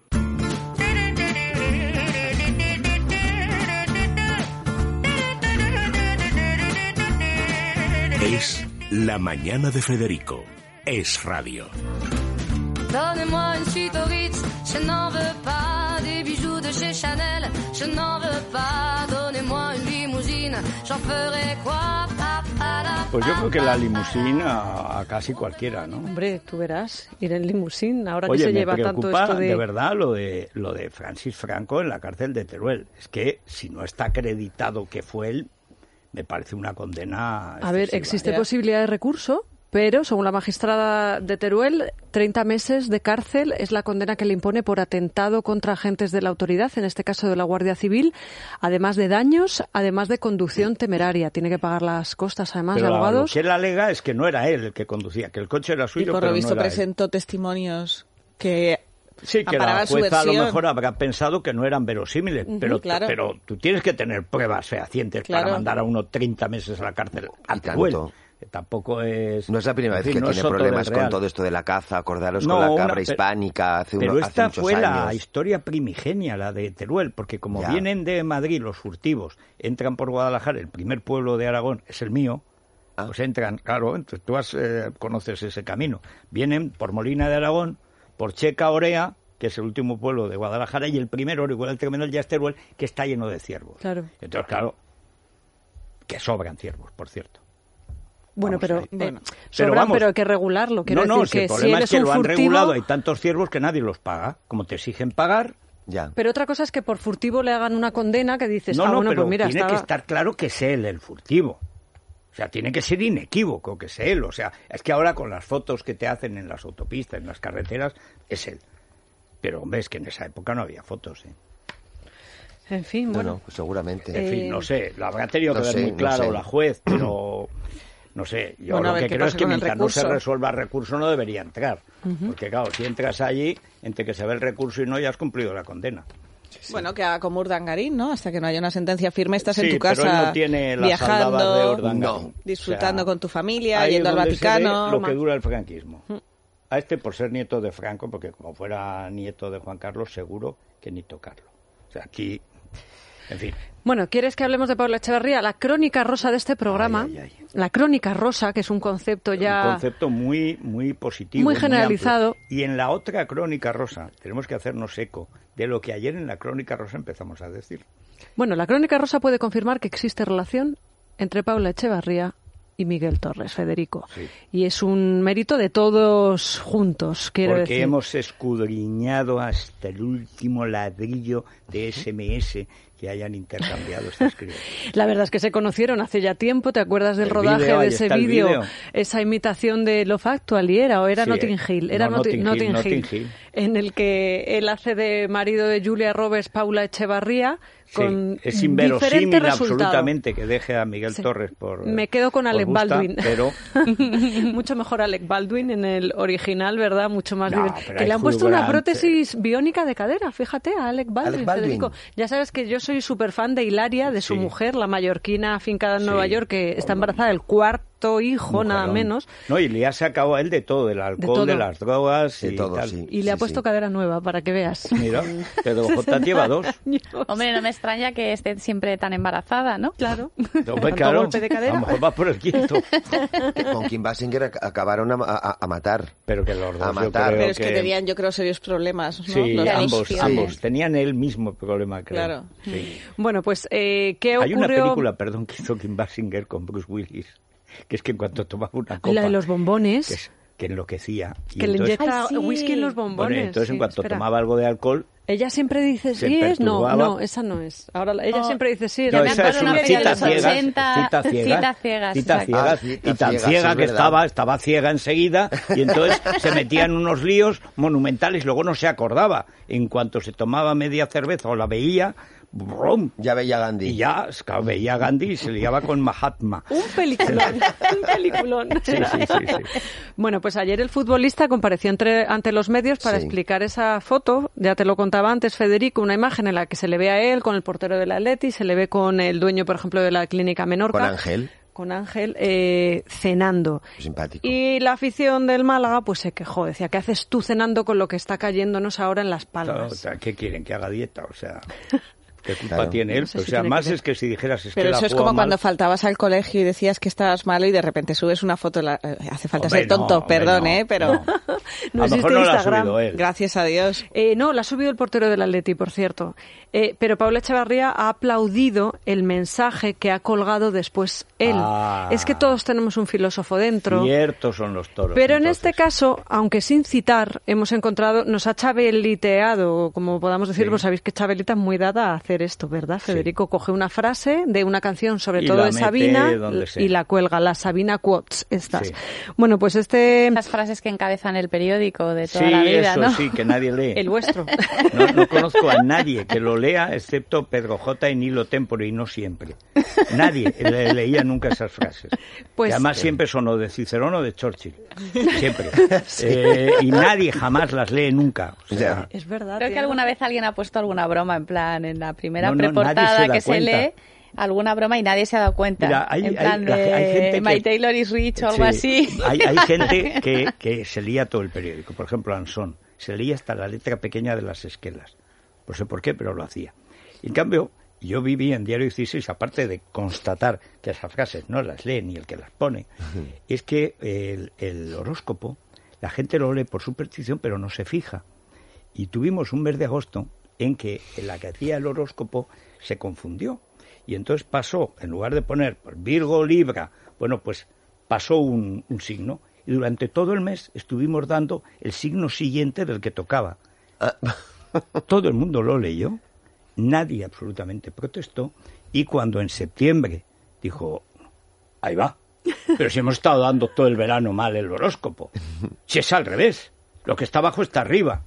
S2: Es La Mañana de Federico. Es radio.
S1: Donnez-moi une suite au Ritz, je n'en veux pas des bijoux de chez Chanel, je n'en veux pas. Donnez-moi une limousine, j'en ferai quoi Pa, pa, la,
S4: Pues yo
S6: ah.
S1: pa,
S4: creo que
S1: pa,
S4: la
S1: pa,
S4: limusina a, a casi cualquiera, ¿no?
S6: Hombre, tú verás, ir en limusín, ahora
S4: Oye,
S6: que se
S4: me
S6: lleva tanto
S4: preocupa
S6: esto
S4: de... verdad lo de lo de Francis Franco en la cárcel de Teruel. Es que si no está acreditado que fue él, me parece una condena.
S6: A ver,
S4: excesiva. ¿eh?
S6: existe posibilidad de recurso, pero según la magistrada de Teruel, 30 meses de cárcel es la condena que le impone por atentado contra agentes de la autoridad, en este caso de la Guardia Civil, además de daños, además de conducción temeraria. Tiene que pagar las costas, además,
S4: Pero
S6: de
S4: lo
S6: abogados.
S4: que él alega es que no era él el que conducía, que el coche era suyo,
S5: y por
S4: pero
S5: lo
S4: no
S5: visto
S4: era él.
S5: presentó testimonios que
S4: Sí, que la
S5: amparaban su
S4: jueza a lo
S5: versión.
S4: mejor habrá pensado que no eran verosímiles, pero,
S5: claro.
S4: pero tú tienes que tener pruebas fehacientes para
S5: Claro.
S4: mandar a uno 30 meses a la cárcel. A
S8: Y
S4: Teruel,
S8: tanto.
S4: que Tampoco es...
S8: No es la
S4: en
S8: primera vez
S4: fin,
S8: que
S4: no es
S8: tiene
S4: Soto del
S8: problemas con
S4: Real.
S8: todo esto de la caza. Acordaros
S4: No,
S8: con la
S4: una-
S8: cabra
S4: pero-
S8: hispánica hace, uno-
S4: Pero
S8: hace
S4: esta
S8: muchos
S4: fue la
S8: años.
S4: historia primigenia, la de Teruel, porque como
S8: Ya.
S4: vienen de Madrid los furtivos, entran por Guadalajara, el primer pueblo de Aragón es el mío,
S8: Ah.
S4: pues entran, claro, ent- tú has, eh, conoces ese camino. Vienen por Molina de Aragón, por Checa Orea, que es el último pueblo de Guadalajara, y el primero, igual el terminal ya es Teruel, que está lleno de ciervos.
S6: Claro.
S4: Entonces, claro, que sobran ciervos, por cierto.
S6: Bueno,
S4: Vamos
S6: pero,
S4: ahí.
S6: bueno,
S4: Pero
S6: sobran,
S4: vamos.
S6: pero hay que regularlo. Quiero
S4: no, no, si el
S6: decir que si
S4: problema
S6: eres
S4: es que
S6: un
S4: lo han
S6: furtivo,
S4: regulado. Hay tantos ciervos que nadie los paga. Como te exigen pagar.
S8: Ya.
S6: Pero otra cosa es que por furtivo le hagan una condena que dices,
S4: No,
S6: ah,
S4: no,
S6: bueno,
S4: pero
S6: pues mira,
S4: tiene
S6: estaba-
S4: que estar claro que es él el furtivo. O sea, tiene que ser inequívoco que es él. O sea, es que ahora con las fotos que te hacen en las autopistas, en las carreteras, es él. Pero hombre, es que en esa época no había fotos. ¿eh?
S6: En fin,
S8: No,
S6: bueno. Eh,
S8: no, pues seguramente.
S4: En
S5: Eh,
S4: fin, no sé, lo habrá tenido que
S8: No
S4: ver
S8: sé,
S4: muy
S8: no
S4: claro
S8: sé.
S4: la juez, pero no sé. Yo
S5: Bueno, a
S4: lo
S5: ver
S4: que
S5: qué
S4: creo es
S5: pasa
S4: que
S5: con el
S4: mientras no se
S5: recurso.
S4: resuelva el recurso no debería entrar. Porque claro, si entras allí, entre que se ve el recurso y no, ya has cumplido la condena.
S5: Bueno, que haga como Urdangarín, ¿no? Hasta que no haya una sentencia firme, estás en
S4: Sí,
S5: tu
S4: pero él
S5: casa
S4: no tiene las aldabas de
S5: viajando,
S4: Urdangarín.
S8: No.
S5: disfrutando
S4: O sea,
S5: con tu familia,
S4: ahí
S5: yendo
S4: es
S5: al
S4: donde se ve
S5: Vaticano. Mm.
S4: Lo que dura el franquismo. A este por ser nieto de Franco, porque como fuera nieto de Juan Carlos, seguro que ni tocarlo. O sea, aquí, en fin.
S6: Bueno, ¿quieres que hablemos de Pablo Echeverría? La crónica rosa de este programa.
S4: Ay, ay, ay.
S6: La crónica rosa, que es un concepto ya...
S4: Un concepto muy, muy positivo.
S6: Muy
S4: amplio.
S6: generalizado.
S4: y en la otra crónica rosa tenemos que hacernos eco de lo que ayer en la crónica rosa empezamos a decir.
S6: Bueno, la crónica rosa puede confirmar que existe relación entre Paula Echevarría y Miguel Torres, Federico.
S4: Sí.
S6: Y es un mérito de todos juntos, quiero
S4: Porque
S6: decir.
S4: hemos escudriñado hasta el último ladrillo de SMS que hayan intercambiado este estas criaturas.
S6: La verdad es que se conocieron hace ya tiempo, ¿te acuerdas del
S4: El
S6: rodaje
S4: vídeo,
S6: de
S4: ahí
S6: ese
S4: está el
S6: vídeo?
S4: vídeo.
S6: Esa imitación de Love Actual, ¿y era? ¿O era
S4: Sí,
S6: Notting Hill? Era
S4: no,
S6: Noti-
S4: Notting Hill,
S6: Notting Hill,
S4: Notting Hill.
S6: En el que él hace de marido de Julia Roberts, Paula Echevarría,
S4: Sí,
S6: con
S4: es
S6: diferente
S4: inverosímil
S6: resultado.
S4: absolutamente que deje a Miguel
S6: Sí.
S4: Torres por
S6: Me quedo con
S4: por
S6: Alec
S4: gusta,
S6: Baldwin.
S4: pero
S6: Mucho mejor Alec Baldwin en el original, ¿verdad? Mucho más
S4: No,
S6: divertido.
S4: pero
S6: Que
S4: hay
S6: le han puesto una
S4: jubrante.
S6: prótesis biónica de cadera, fíjate, a Alec Baldwin,
S8: Alec Baldwin.
S6: Federico. Ya sabes que yo soy súper fan de Hilaria, de su
S4: Sí.
S6: mujer, la mallorquina afincada en
S4: Sí.
S6: Nueva York, que está embarazada del cuarto hijo, nada
S4: mujerón.
S6: menos.
S4: No, y le ha sacado a él de todo, del alcohol, de,
S6: todo.
S4: las drogas
S8: De
S4: y
S8: todo,
S4: tal.
S8: sí.
S6: Y le ha puesto
S8: sí.
S6: cadera nueva, para que veas.
S4: Mira, Pedro J lleva dos.
S7: Hombre, no me extraña que esté siempre tan embarazada, ¿no?
S6: Claro.
S4: No,
S6: Tanto
S4: pues, claro,
S6: golpe de
S4: a
S6: cadera.
S4: lo mejor va por el quinto.
S8: Con Kim Basinger ac- acabaron a, a- a matar.
S4: Pero que los dos
S8: A
S4: yo
S8: matar.
S4: creo
S5: Pero es que...
S4: que
S5: tenían, yo creo, serios problemas, ¿no?
S4: Sí,
S5: Los dos.
S4: ambos,
S8: Sí.
S4: ambos. Tenían el mismo problema, creo.
S5: Claro.
S4: Sí.
S6: Bueno, pues, eh, ¿qué
S4: Hay
S6: ocurrió?
S4: una película, perdón, que hizo Kim Basinger con Bruce Willis, que es que en cuanto tomaba una copa...
S6: La de los bombones.
S4: Que, es- que enloquecía. Y
S6: que le
S4: entonces-
S6: inyecta
S7: Ay, sí.
S6: whisky en los bombones.
S4: Bueno, entonces en
S6: sí,
S4: cuanto
S6: espera.
S4: tomaba algo de alcohol,
S6: Ella siempre dice
S4: Se
S6: sí es, no,
S4: perturbaba.
S6: no, esa no es. Ahora la- ella
S7: Oh,
S6: siempre dice sí es.
S7: Yo
S4: no,
S7: me
S4: esa es
S7: acuerdo
S4: una
S7: una peli
S4: cita
S7: de los
S4: ciegas,
S7: 80,
S4: cita ciegas,
S7: cita ciegas,
S4: cita
S7: exacto.
S4: ciegas,
S8: Ah, cita
S4: y tan
S8: ciegas,
S4: ciega
S8: es
S4: que
S8: verdad.
S4: estaba, estaba ciega enseguida y entonces se metía en unos líos monumentales, luego no se acordaba. En cuanto se tomaba media cerveza o la veía, brum,
S8: Ya veía a Gandhi.
S4: y ya claro, veía a Gandhi y se liaba con Mahatma.
S6: Un peliculón, un peliculón.
S4: Sí, sí, sí, sí.
S6: Bueno, pues ayer el futbolista compareció entre- ante los medios para
S8: Sí.
S6: explicar esa foto, ya te lo contaba antes Federico, una imagen en la que se le ve a él con el portero del Atleti, se le ve con el dueño, por ejemplo, de la clínica Menorca.
S8: Con Ángel. Pues
S6: Con Ángel eh, cenando.
S8: Simpático.
S6: Y la afición del Málaga pues se quejó, decía, ¿qué haces tú cenando con lo que está cayéndonos ahora en las palmas?
S4: Claro, o sea, ¿Qué quieren? ¿Que haga dieta? O sea, ¿qué culpa
S8: Claro.
S4: tiene él?
S6: No sé
S4: o
S6: si
S4: sea,
S6: tiene
S4: más
S6: que ver.
S4: es que si dijeras es
S5: Pero
S4: que la
S5: eso es
S4: juega
S5: como
S4: mal,
S5: cuando faltabas al colegio y decías que estabas malo y de repente subes una foto. la- eh, hace falta
S4: Hombre,
S5: ser tonto,
S4: no, hombre,
S5: perdón,
S4: no,
S5: ¿eh? Pero
S4: no.
S6: No
S4: a lo
S6: existe
S4: mejor no la ha
S6: Instagram.
S4: subido eh. él.
S5: gracias a Dios.
S6: Eh, no, la ha subido el portero del Atleti, por cierto. Eh, pero Paula Echevarría ha aplaudido el mensaje que ha colgado después él.
S4: Ah. eh.
S6: Es que todos tenemos un filósofo dentro.
S4: Ciertos son los toros.
S6: Pero en
S4: entonces.
S6: este caso, aunque sin citar, hemos encontrado, nos ha chabeliteado, como podamos decir,
S4: Sí.
S6: pues sabéis que Chabelita es muy dada a hacer esto, ¿verdad? Federico coge una frase de una canción, sobre
S4: Y
S6: todo
S4: la
S6: de
S4: mete
S6: Sabina,
S4: donde sea.
S6: y la cuelga, las Sabina Quotes, estas.
S4: Sí.
S6: Bueno, pues este...
S7: Las frases que encabezan el periódico de toda
S4: Sí,
S7: la vida,
S4: eso
S7: ¿no?
S4: sí, que nadie lee.
S6: El vuestro.
S4: No, no conozco a nadie que lo lea, excepto Pedro J. y Nilo Tempore, y no siempre. Nadie le- leía nunca esas frases.
S6: Pues-
S4: y además siempre son o de Cicerón o de Churchill. Siempre. Eh, y nadie jamás las lee nunca. O sea,
S6: Es verdad.
S7: Creo que
S6: tiene
S7: alguna vez alguien ha puesto alguna broma, en plan, en la primera
S4: No, no, nadie
S7: preportada
S4: se da
S7: que
S4: cuenta.
S7: se lee, alguna broma y nadie se ha dado cuenta.
S4: Mira, hay-
S7: en
S4: hay-
S7: plan
S4: la-
S7: de
S4: hay gente
S7: My
S4: que-
S7: Taylor is rich o algo
S4: sí,
S7: así.
S4: Hay, hay gente que, que se lía todo el periódico. Por ejemplo, Ansón. Se leía hasta la letra pequeña de las esquelas. No sé por qué, pero lo hacía. En cambio, yo viví en Diario 16, aparte de constatar que esas frases no las lee ni el que las pone, es que el, el horóscopo, la gente lo lee por superstición, pero no se fija. Y tuvimos un mes de agosto en que la que hacía el horóscopo se confundió. Y entonces pasó, en lugar de poner pues, Virgo, Libra, bueno, pues pasó un, un signo. Y durante todo el mes estuvimos dando el signo siguiente del que tocaba. Todo el mundo lo leyó, nadie absolutamente protestó. Y cuando en septiembre dijo, ahí va, pero si hemos estado dando todo el verano mal el horóscopo, si es al revés, lo que está abajo está arriba.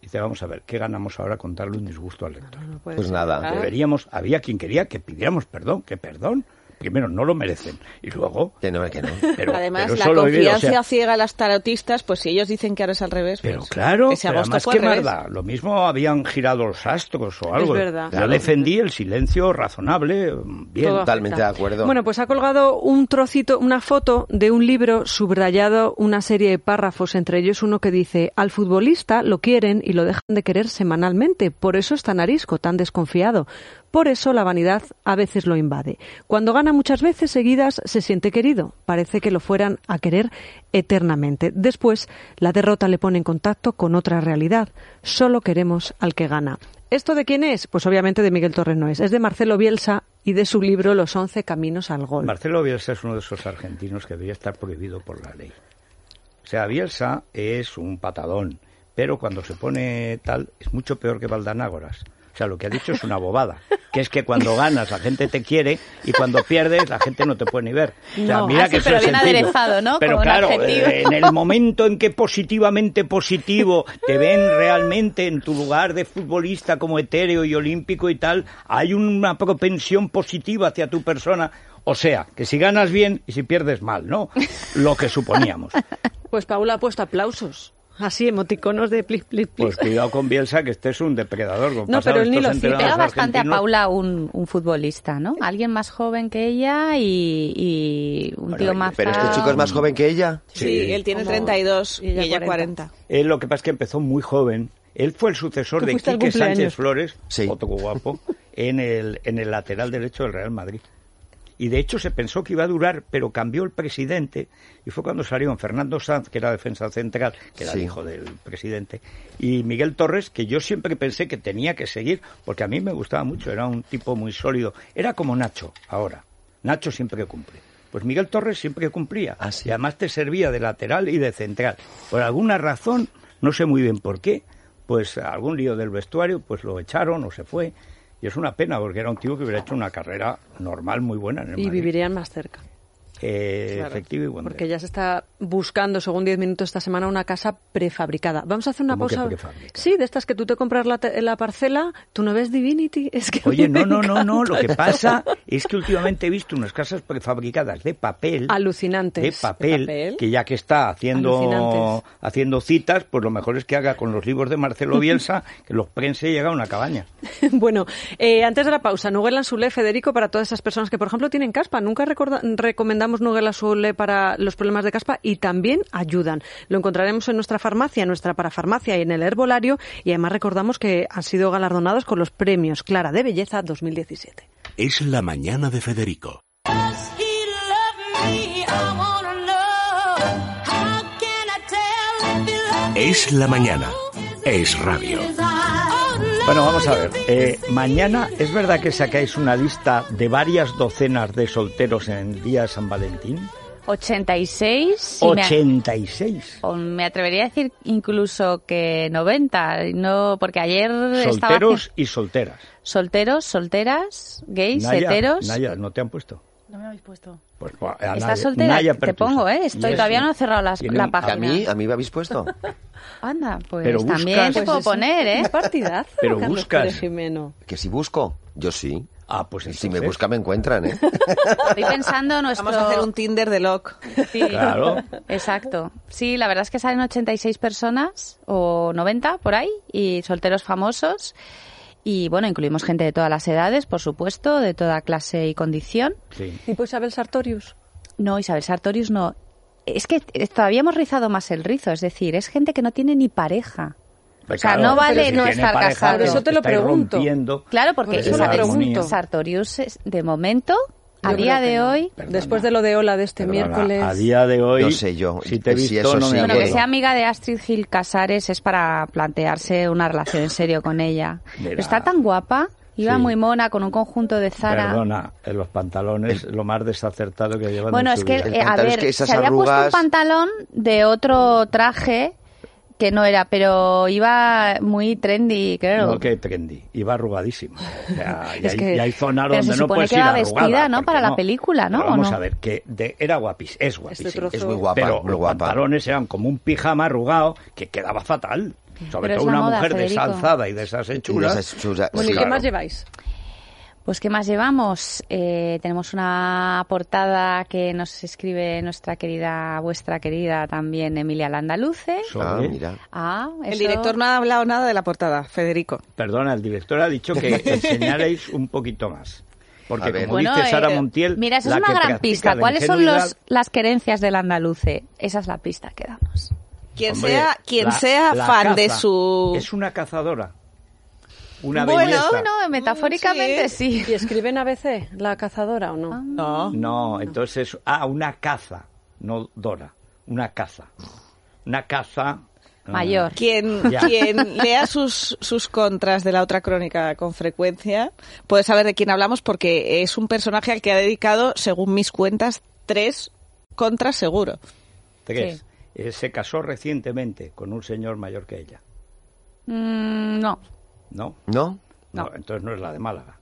S4: Dice, vamos a ver, ¿qué ganamos ahora con darle un disgusto al lector?
S6: No puede
S8: Pues
S6: ser.
S5: Ah.
S8: nada.
S4: Deberíamos, había quien quería que pidiéramos perdón, que perdón. Primero, no lo merecen. Y luego,
S8: Que no, que no.
S4: pero,
S5: Además,
S4: pero
S5: la
S4: eso lo he oído, o
S5: confianza
S4: sea,
S5: ciega a las tarotistas, pues si ellos dicen que ahora es al revés.
S4: pero
S5: pues,
S4: claro,
S5: ese
S4: pero
S5: agosto
S4: además,
S5: fue
S4: ¿qué
S5: al
S4: más
S5: revés.
S4: da? Lo mismo habían girado los astros o algo.
S6: verdad.
S4: Yo defendí el silencio razonable, mm, bien.
S6: Todo
S8: Totalmente
S6: afecta.
S8: de acuerdo.
S6: Bueno, pues ha colgado un trocito, una foto de un libro subrayado, una serie de párrafos, entre ellos uno que dice, al futbolista lo quieren y lo dejan de querer semanalmente, por eso es tan arisco, tan desconfiado, por eso la vanidad a veces lo invade. Cuando gana muchas veces seguidas se siente querido, parece que lo fueran a querer eternamente. Después, la derrota le pone en contacto con otra realidad, solo queremos al que gana. ¿Esto de quién es? Pues obviamente de Miguel Torres no es. Es de Marcelo Bielsa y de su libro Los once caminos al gol.
S4: Marcelo Bielsa es uno de esos argentinos que debería estar prohibido por la ley. O sea, Bielsa es un patadón, pero cuando se pone tal es mucho peor que Valdanágoras. O sea, lo que ha dicho es una bobada, que es que cuando ganas la gente te quiere y cuando pierdes la gente no te puede ni ver. O sea,
S6: No.
S4: mira
S7: Ah,
S4: que
S7: sí, pero
S4: eso es
S7: bien
S4: sencillo.
S7: aderezado, ¿no?
S4: Pero
S7: Como un
S4: claro,
S7: adjetivo.
S4: eh, en el momento en que positivamente positivo te ven realmente en tu lugar de futbolista como etéreo y olímpico y tal, hay una propensión positiva hacia tu persona. O sea, que si ganas bien y si pierdes mal, ¿no? Lo que suponíamos.
S6: Pues Paula ha puesto aplausos. Así, emoticonos de plis, plis, plis.
S4: Pues cuidado con Bielsa, que este es un depredador. Con
S6: No,
S4: pasado
S6: pero él ni
S4: estos
S6: lo cita.
S4: entrenadores
S7: Pega bastante a
S4: argentinos-
S7: Paula un, un futbolista, ¿no? Alguien más joven que ella y, y un
S4: Bueno,
S7: tío
S4: y-
S7: más.
S8: Pero este
S7: cao.
S8: chico es más joven que ella.
S5: Sí, él tiene 32 y
S6: Y ella
S5: ella 40.
S4: Él lo que pasa es que empezó muy joven. Él fue el sucesor
S6: Tú
S4: de
S6: fuiste al
S4: Quique
S6: cumpleaños.
S4: Sánchez Flores,
S8: Sí.
S4: otro guapo, en el, en el lateral derecho del Real Madrid. Y de hecho se pensó que iba a durar, pero cambió el presidente. Y fue cuando salieron Fernando Sanz, que era defensa central, que era
S8: Sí.
S4: el hijo del presidente, y Miguel Torres, que yo siempre pensé que tenía que seguir, porque a mí me gustaba mucho, era un tipo muy sólido. Era como Nacho ahora. Nacho siempre cumple. Pues Miguel Torres siempre cumplía.
S8: Ah, sí.
S4: Y además te servía de lateral y de central. Por alguna razón, no sé muy bien por qué, pues algún lío del vestuario, pues lo echaron o se fue. Y es una pena porque era un tío que hubiera hecho una carrera normal muy buena en el
S6: Y
S4: Madrid.
S6: vivirían más cerca.
S4: Eh, Efectivo y buen
S6: Porque ya se está buscando, según 10 minutos esta semana, una casa prefabricada. Vamos a hacer una
S4: ¿Cómo que
S6: pausa.
S4: prefabricada?
S6: Sí, de estas que tú te compras la, te- la parcela, tú no ves Divinity. Es que
S4: Oye,
S6: me
S4: no, no, no, no. Lo
S6: encanta
S4: que
S6: esto.
S4: pasa es que últimamente he visto unas casas prefabricadas de papel.
S6: Alucinantes.
S4: De papel,
S5: ¿De papel?
S4: que ya que está haciendo,
S6: Alucinantes.
S4: haciendo citas, pues lo mejor es que haga con los libros de Marcelo Bielsa, que los prense y llega a una cabaña.
S6: Bueno, eh, antes de la pausa, Nuguel Anzulé, Federico, para todas esas personas que, por ejemplo, tienen caspa. Nunca recorda- recomendamos Nuguel Anzulé para los problemas de caspa y también ayudan. Lo encontraremos en nuestra farmacia, en nuestra parafarmacia y en el herbolario. Y además recordamos que han sido galardonados con los premios Clara de Belleza 2017.
S2: Es la mañana de Federico.
S1: He loved me, I wanna know. How can I tell if he loved me?
S2: Es la mañana. Es radio.
S1: Oh, no,
S4: Bueno, vamos a ver.
S1: you've been
S4: eh, mañana, ¿es verdad que sacáis una lista de varias docenas de solteros en el día de San Valentín?
S7: 86. y me-
S4: 86.
S7: o me atrevería a decir incluso que 90, no, porque ayer estaba
S4: Solteros y solteras.
S7: haci- solteros, solteras, gays,
S4: Naya,
S7: heteros.
S4: Naya, ¿no te han puesto?
S9: No me habéis puesto.
S4: Pues, a Naya-
S7: ¿Estás soltera?
S4: Naya
S7: Te
S4: Pertusa.
S7: pongo, ¿eh? Estoy-
S4: Yes.
S7: todavía no he cerrado las-
S4: Tiene
S7: la
S4: un-
S6: Ah,
S7: página.
S8: ¿A mí? ¿A mí me habéis puesto?
S7: Anda, pues
S4: Pero
S7: también
S4: buscas-
S7: te puedo
S4: Pues es un-
S7: poner, ¿eh?
S6: Un partidazo,
S4: Pero
S6: Carlos
S4: buscas.
S6: Pérez Jimeno.
S8: ¿Que si busco? Yo sí.
S4: Ah, pues
S8: Si me
S4: entonces-
S8: buscan me encuentran, ¿eh?
S7: Estoy pensando nuestro...
S5: Vamos a hacer un Tinder de Locke.
S7: Sí,
S4: Claro.
S7: Exacto. Sí, la verdad es que salen 86 personas o 90 por ahí y solteros famosos. Y bueno, incluimos gente de todas las edades, por supuesto, de toda clase y condición.
S4: Sí.
S6: Tipo Isabel Sartorius.
S7: No, Isabel Sartorius no. Es que eh, todavía hemos rizado más el rizo, es decir, es gente que no tiene ni pareja.
S4: Pues
S7: o sea,
S4: claro,
S7: no vale
S4: pero Pues
S7: no
S4: si tiene
S7: estar
S4: pareja,
S7: casado.
S6: Por eso te lo
S4: estáis
S6: pregunto.
S4: rompiendo.
S7: Claro, porque
S6: Por eso
S4: la
S7: Isabel
S4: pregunto.
S7: Sartorius, es- de momento, a día de hoy,
S4: Perdona.
S6: Después de lo de Ola de este
S4: Perdona,
S6: miércoles.
S4: A día de hoy.
S8: No sé yo,
S4: Si te he
S8: si
S4: visto,
S8: eso
S4: no
S8: sí.
S4: me
S7: bueno,
S4: acuerdo.
S7: que sea amiga de Astrid Gil Casares es para plantearse una relación en serio con ella.
S4: Mira.
S7: Pero Está tan guapa Iba
S4: Sí.
S7: muy mona con un conjunto de Zara.
S4: Perdona, en los pantalones, lo más desacertado que llevan
S7: Bueno,
S4: en
S7: es
S4: su
S7: que,
S4: vida.
S7: eh, a
S8: pantalón, es
S7: ver,
S8: que esas
S7: se había puesto un
S8: arrugas-
S7: pantalón de otro traje que no era, pero iba muy trendy, claro.
S4: No, que trendy. Iba arrugadísimo. O sea, y,
S5: Es
S4: hay,
S5: que-
S4: y hay zonas
S7: pero se
S4: donde no
S7: supone
S4: puedes
S7: que
S4: ir
S7: iba
S4: arrugada,
S7: vestida, ¿no?
S4: porque
S7: Para la película, ¿no?
S4: Pero
S7: ¿O
S4: vamos
S7: no?
S4: a ver, que de- era guapis, es guapísimo.
S5: trozo-
S8: Es muy guapa,
S4: pero
S8: muy
S4: los
S8: guapa.
S4: pantalones eran como un pijama arrugado que quedaba fatal. Sobre
S7: Pero es
S4: todo
S7: la
S4: una
S7: moda,
S4: mujer
S7: Federico.
S4: desalzada y de esas hechuras.
S8: Y de esas chulas,
S6: Bueno, ¿y
S8: sí.
S6: qué más lleváis?
S7: Pues, ¿qué más llevamos? Eh, tenemos una portada que nos escribe nuestra querida, vuestra querida también, Emilia Landaluce.
S8: Ah,
S4: Sobre-
S8: mira.
S7: Ah,
S5: El
S7: eso-
S5: director no ha hablado nada de la portada, Federico.
S4: Perdona, el director ha dicho que enseñaréis un poquito más.
S8: A
S4: Porque
S8: ver.
S4: como
S7: Bueno,
S4: dice Sara
S7: eh,
S4: Montiel,
S7: Mira, esa
S4: la
S7: es una
S4: que
S7: gran
S4: practica
S7: pista.
S4: la
S7: ¿Cuáles son
S4: ingenuidad-
S7: los, las querencias del andaluce? Esa es la pista que damos.
S5: Quien
S4: Hombre,
S5: sea, quien
S4: la-
S5: sea
S4: la
S5: fan
S4: caza
S5: de su...
S4: Es una cazadora. Una
S5: Bueno,
S4: belleza.
S7: Bueno,
S5: Mm,
S7: metafóricamente sí.
S6: ¿Y escriben ABC, la cazadora o
S7: Ah.
S6: no?
S5: No.
S4: No, entonces, ah, una caza, no Dora, una caza. Una caza eh,
S7: Mayor.
S5: Quien,
S4: Ya.
S5: quien lea sus, sus contras de la otra crónica con frecuencia puede saber de quién hablamos porque es un personaje al que ha dedicado, según mis cuentas, tres contras seguro.
S4: tres.
S7: Sí.
S4: Eh, se casó recientemente con un señor mayor que ella,
S7: Mm, no.
S4: ¿no?
S8: ¿No?
S4: No, entonces no es la de Málaga.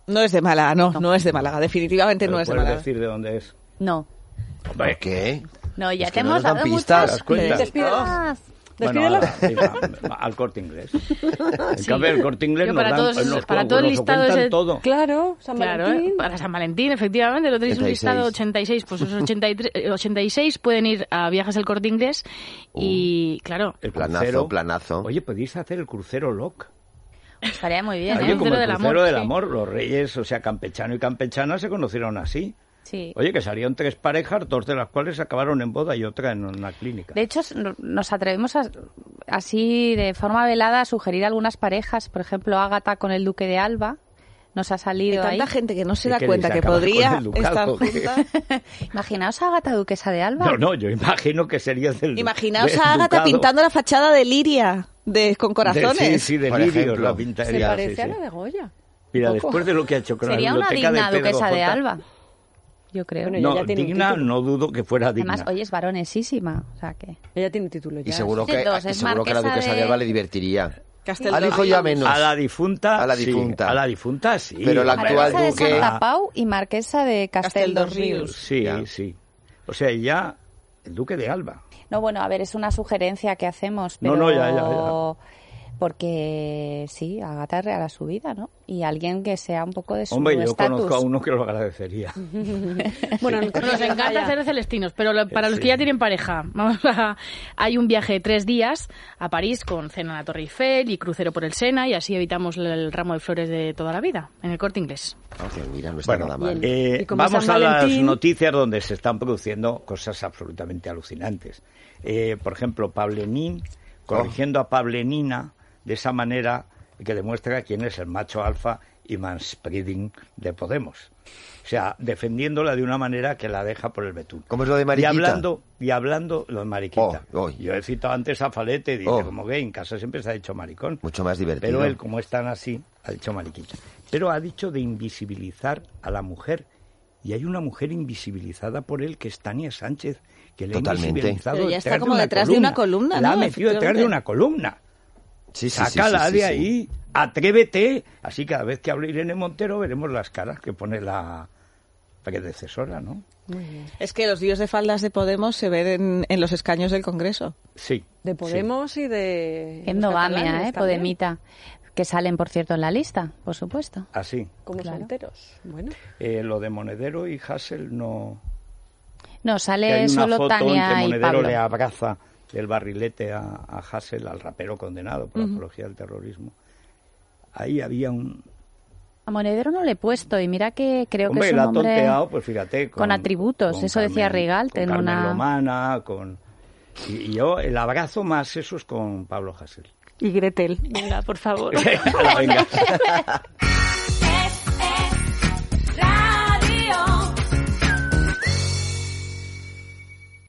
S5: Este No es de Málaga, no, no, es de Málaga, definitivamente
S4: Pero
S5: no es de
S4: ¿Puedes
S5: Málaga.
S4: decir de dónde es?
S7: No.
S4: Hombre,
S8: ¿Qué?
S7: No, ya
S8: Es
S7: te
S8: que no
S7: hemos
S8: nos dan
S7: dado
S8: pistas.
S7: muchas Ah,
S4: ¿Te das cuenta?
S7: pistas.
S4: Bueno, a la- sí, va, va, al corte inglés. En cambio, el corte inglés
S9: Yo
S4: nos
S9: para
S4: dan-
S9: todos-
S4: nos cu-
S9: para todo el
S4: nos
S9: listado
S4: cuentan
S9: ese-
S4: todo.
S6: Claro, San
S9: Claro,
S6: Valentín.
S9: ¿eh? para San Valentín, efectivamente, lo tenéis un
S8: 86.
S9: listado 86, pues esos 83, eh, 86 pueden ir a Viajes al Corte Inglés y, claro,
S4: El
S8: Planazo,
S4: crucero.
S8: planazo.
S4: Oye, podéis hacer el crucero LOC.
S7: Estaría muy bien,
S4: Oye,
S7: ¿eh?
S9: crucero
S4: como el
S9: del
S4: crucero
S9: amor,
S4: del
S9: sí.
S4: amor, los reyes, o sea, campechano y campechana se conocieron así.
S7: Sí.
S4: Oye, que salieron tres parejas, dos de las cuales acabaron en boda y otra en una clínica.
S7: De hecho, s- no- nos atrevemos a- así de forma velada a sugerir algunas parejas. Por ejemplo, Ágata con el Duque de Alba. Nos ha
S5: Hay
S7: salido ahí.
S5: tanta gente que no se
S4: ¿Y
S5: da
S4: qué
S5: cuenta
S4: dice?
S5: que
S4: ¿Acabar con
S5: podría
S4: el
S5: estar
S4: ducado?
S5: junta.
S7: Imaginaos a Ágata Duquesa de Alba.
S4: No, no, yo imagino que sería del.
S5: Imaginaos
S4: del
S5: a Ágata
S4: ducado.
S5: pintando la fachada de Liria, de, con
S4: De-
S5: corazones.
S4: Sí, sí, de
S8: Por
S4: lirio
S8: ejemplo.
S4: la
S6: Se
S4: pintaría.
S6: parece
S4: sí,
S6: a
S4: sí.
S6: la de Goya.
S4: Mira,
S6: Un poco.
S4: después de lo que ha hecho con la
S7: Sería una
S4: biblioteca
S7: digna
S4: de Pedro
S7: Duquesa de
S4: J.
S7: Alba. Yo creo.
S6: Bueno,
S4: No,
S6: Ella ya tiene un
S4: digna
S6: título.
S4: no dudo que fuera digna.
S7: Además, hoy es varonesísima. O sea que.
S6: Ella tiene título ya.
S8: Y seguro
S7: Dice
S8: que,
S7: dos,
S8: y
S7: es
S8: seguro que la
S7: marquesa
S8: duquesa de...
S7: de
S8: Alba le divertiría.
S5: Castel
S8: Al hijo ya menos.
S4: a la difunta.
S8: A la
S4: sí,
S8: difunta.
S4: a la difunta, sí.
S8: Pero la
S4: hombre,
S8: actual
S7: Marquesa de
S8: duque- Ah,
S7: Santa Pau y Marquesa de Castel dos
S5: Casteldorríos.
S7: Ríos.
S4: Sí,
S8: Ya.
S4: sí. O sea, ya el duque de Alba.
S7: No, bueno, a ver, es una sugerencia que hacemos,
S4: No,
S7: pero...
S4: no, ya, ya,
S7: Porque sí, Agatha es real a su vida, ¿no? Y alguien que sea un poco de su
S4: Hombre, yo
S7: estatus.
S4: conozco a uno que lo agradecería.
S6: Bueno, no,
S9: Nos encanta hacer celestinos, pero lo- para los
S4: Sí.
S9: que ya tienen pareja, vamos a- hay un viaje de tres días a París con cena en la Torre Eiffel y crucero por el Sena y así evitamos el, el ramo de flores de toda la vida en el corte inglés.
S8: Ah, que mira, no está nada mal.
S4: Eh,
S6: Y como es
S4: vamos
S6: San
S4: a las
S6: Valentín-
S4: noticias donde se están produciendo cosas absolutamente alucinantes. Eh, por ejemplo, Pablenín, corrigiendo a Pablenina de esa manera que demuestra quién es el macho alfa y manspreading de Podemos. O sea, defendiéndola de una manera que la deja por el betún.
S8: ¿Cómo es lo de Mariquita?
S4: Y hablando, y hablando lo de Mariquita.
S8: Oh, oh.
S4: Yo he citado antes a Falete, dice,
S8: Oh.
S4: como que en casa siempre se ha dicho maricón.
S8: Mucho más divertido.
S4: Pero él, como es tan así, ha dicho mariquita. Pero ha dicho de invisibilizar a la mujer. Y hay una mujer invisibilizada por él, que es Tania Sánchez, que le
S8: Totalmente.
S4: ha invisibilizado
S5: Pero ya está
S4: detrás
S5: como
S4: de una
S5: detrás de
S4: columna.
S5: una columna,
S4: La ha
S5: ¿no?
S4: metido detrás de
S5: Efectivamente.
S4: una columna.
S8: Sí, sí, sí,
S4: Sácala
S8: sí, sí,
S4: de
S8: sí.
S4: ahí, atrévete. Así cada vez que hable Irene Montero veremos las caras que pone la predecesora, ¿no?
S5: Es que los dios de faldas de Podemos se ven en, en los escaños del Congreso.
S4: Sí.
S6: de Podemos y de...
S7: Qué
S6: los catalanes
S7: endogamia, ¿eh?
S6: también,
S7: Podemita. Que salen, por cierto, en la lista, por supuesto.
S4: sí, así.
S6: Como
S7: Claro.
S6: solteros. Bueno.
S4: Eh, lo de Monedero y Hassel no...
S7: No,
S4: que hay
S7: sale
S4: una
S7: solo
S4: foto en que
S7: Tania y
S4: Monedero
S7: Pablo.
S4: le abraza el barrilete a, a Hassel, al rapero condenado por apología del terrorismo. Ahí había un...
S7: A Monedero no le he puesto y mira que creo
S4: hombre,
S7: que es un
S4: la ha
S7: hombre...
S4: tonteado, pues fíjate.
S7: con atributos, eso decía Rigalt
S4: con
S7: en
S4: Carmen
S7: una-
S4: Lomana, con... Y, y yo el abrazo más eso es con Pablo Hassel.
S9: Y Gretel, venga, por favor.
S4: Venga.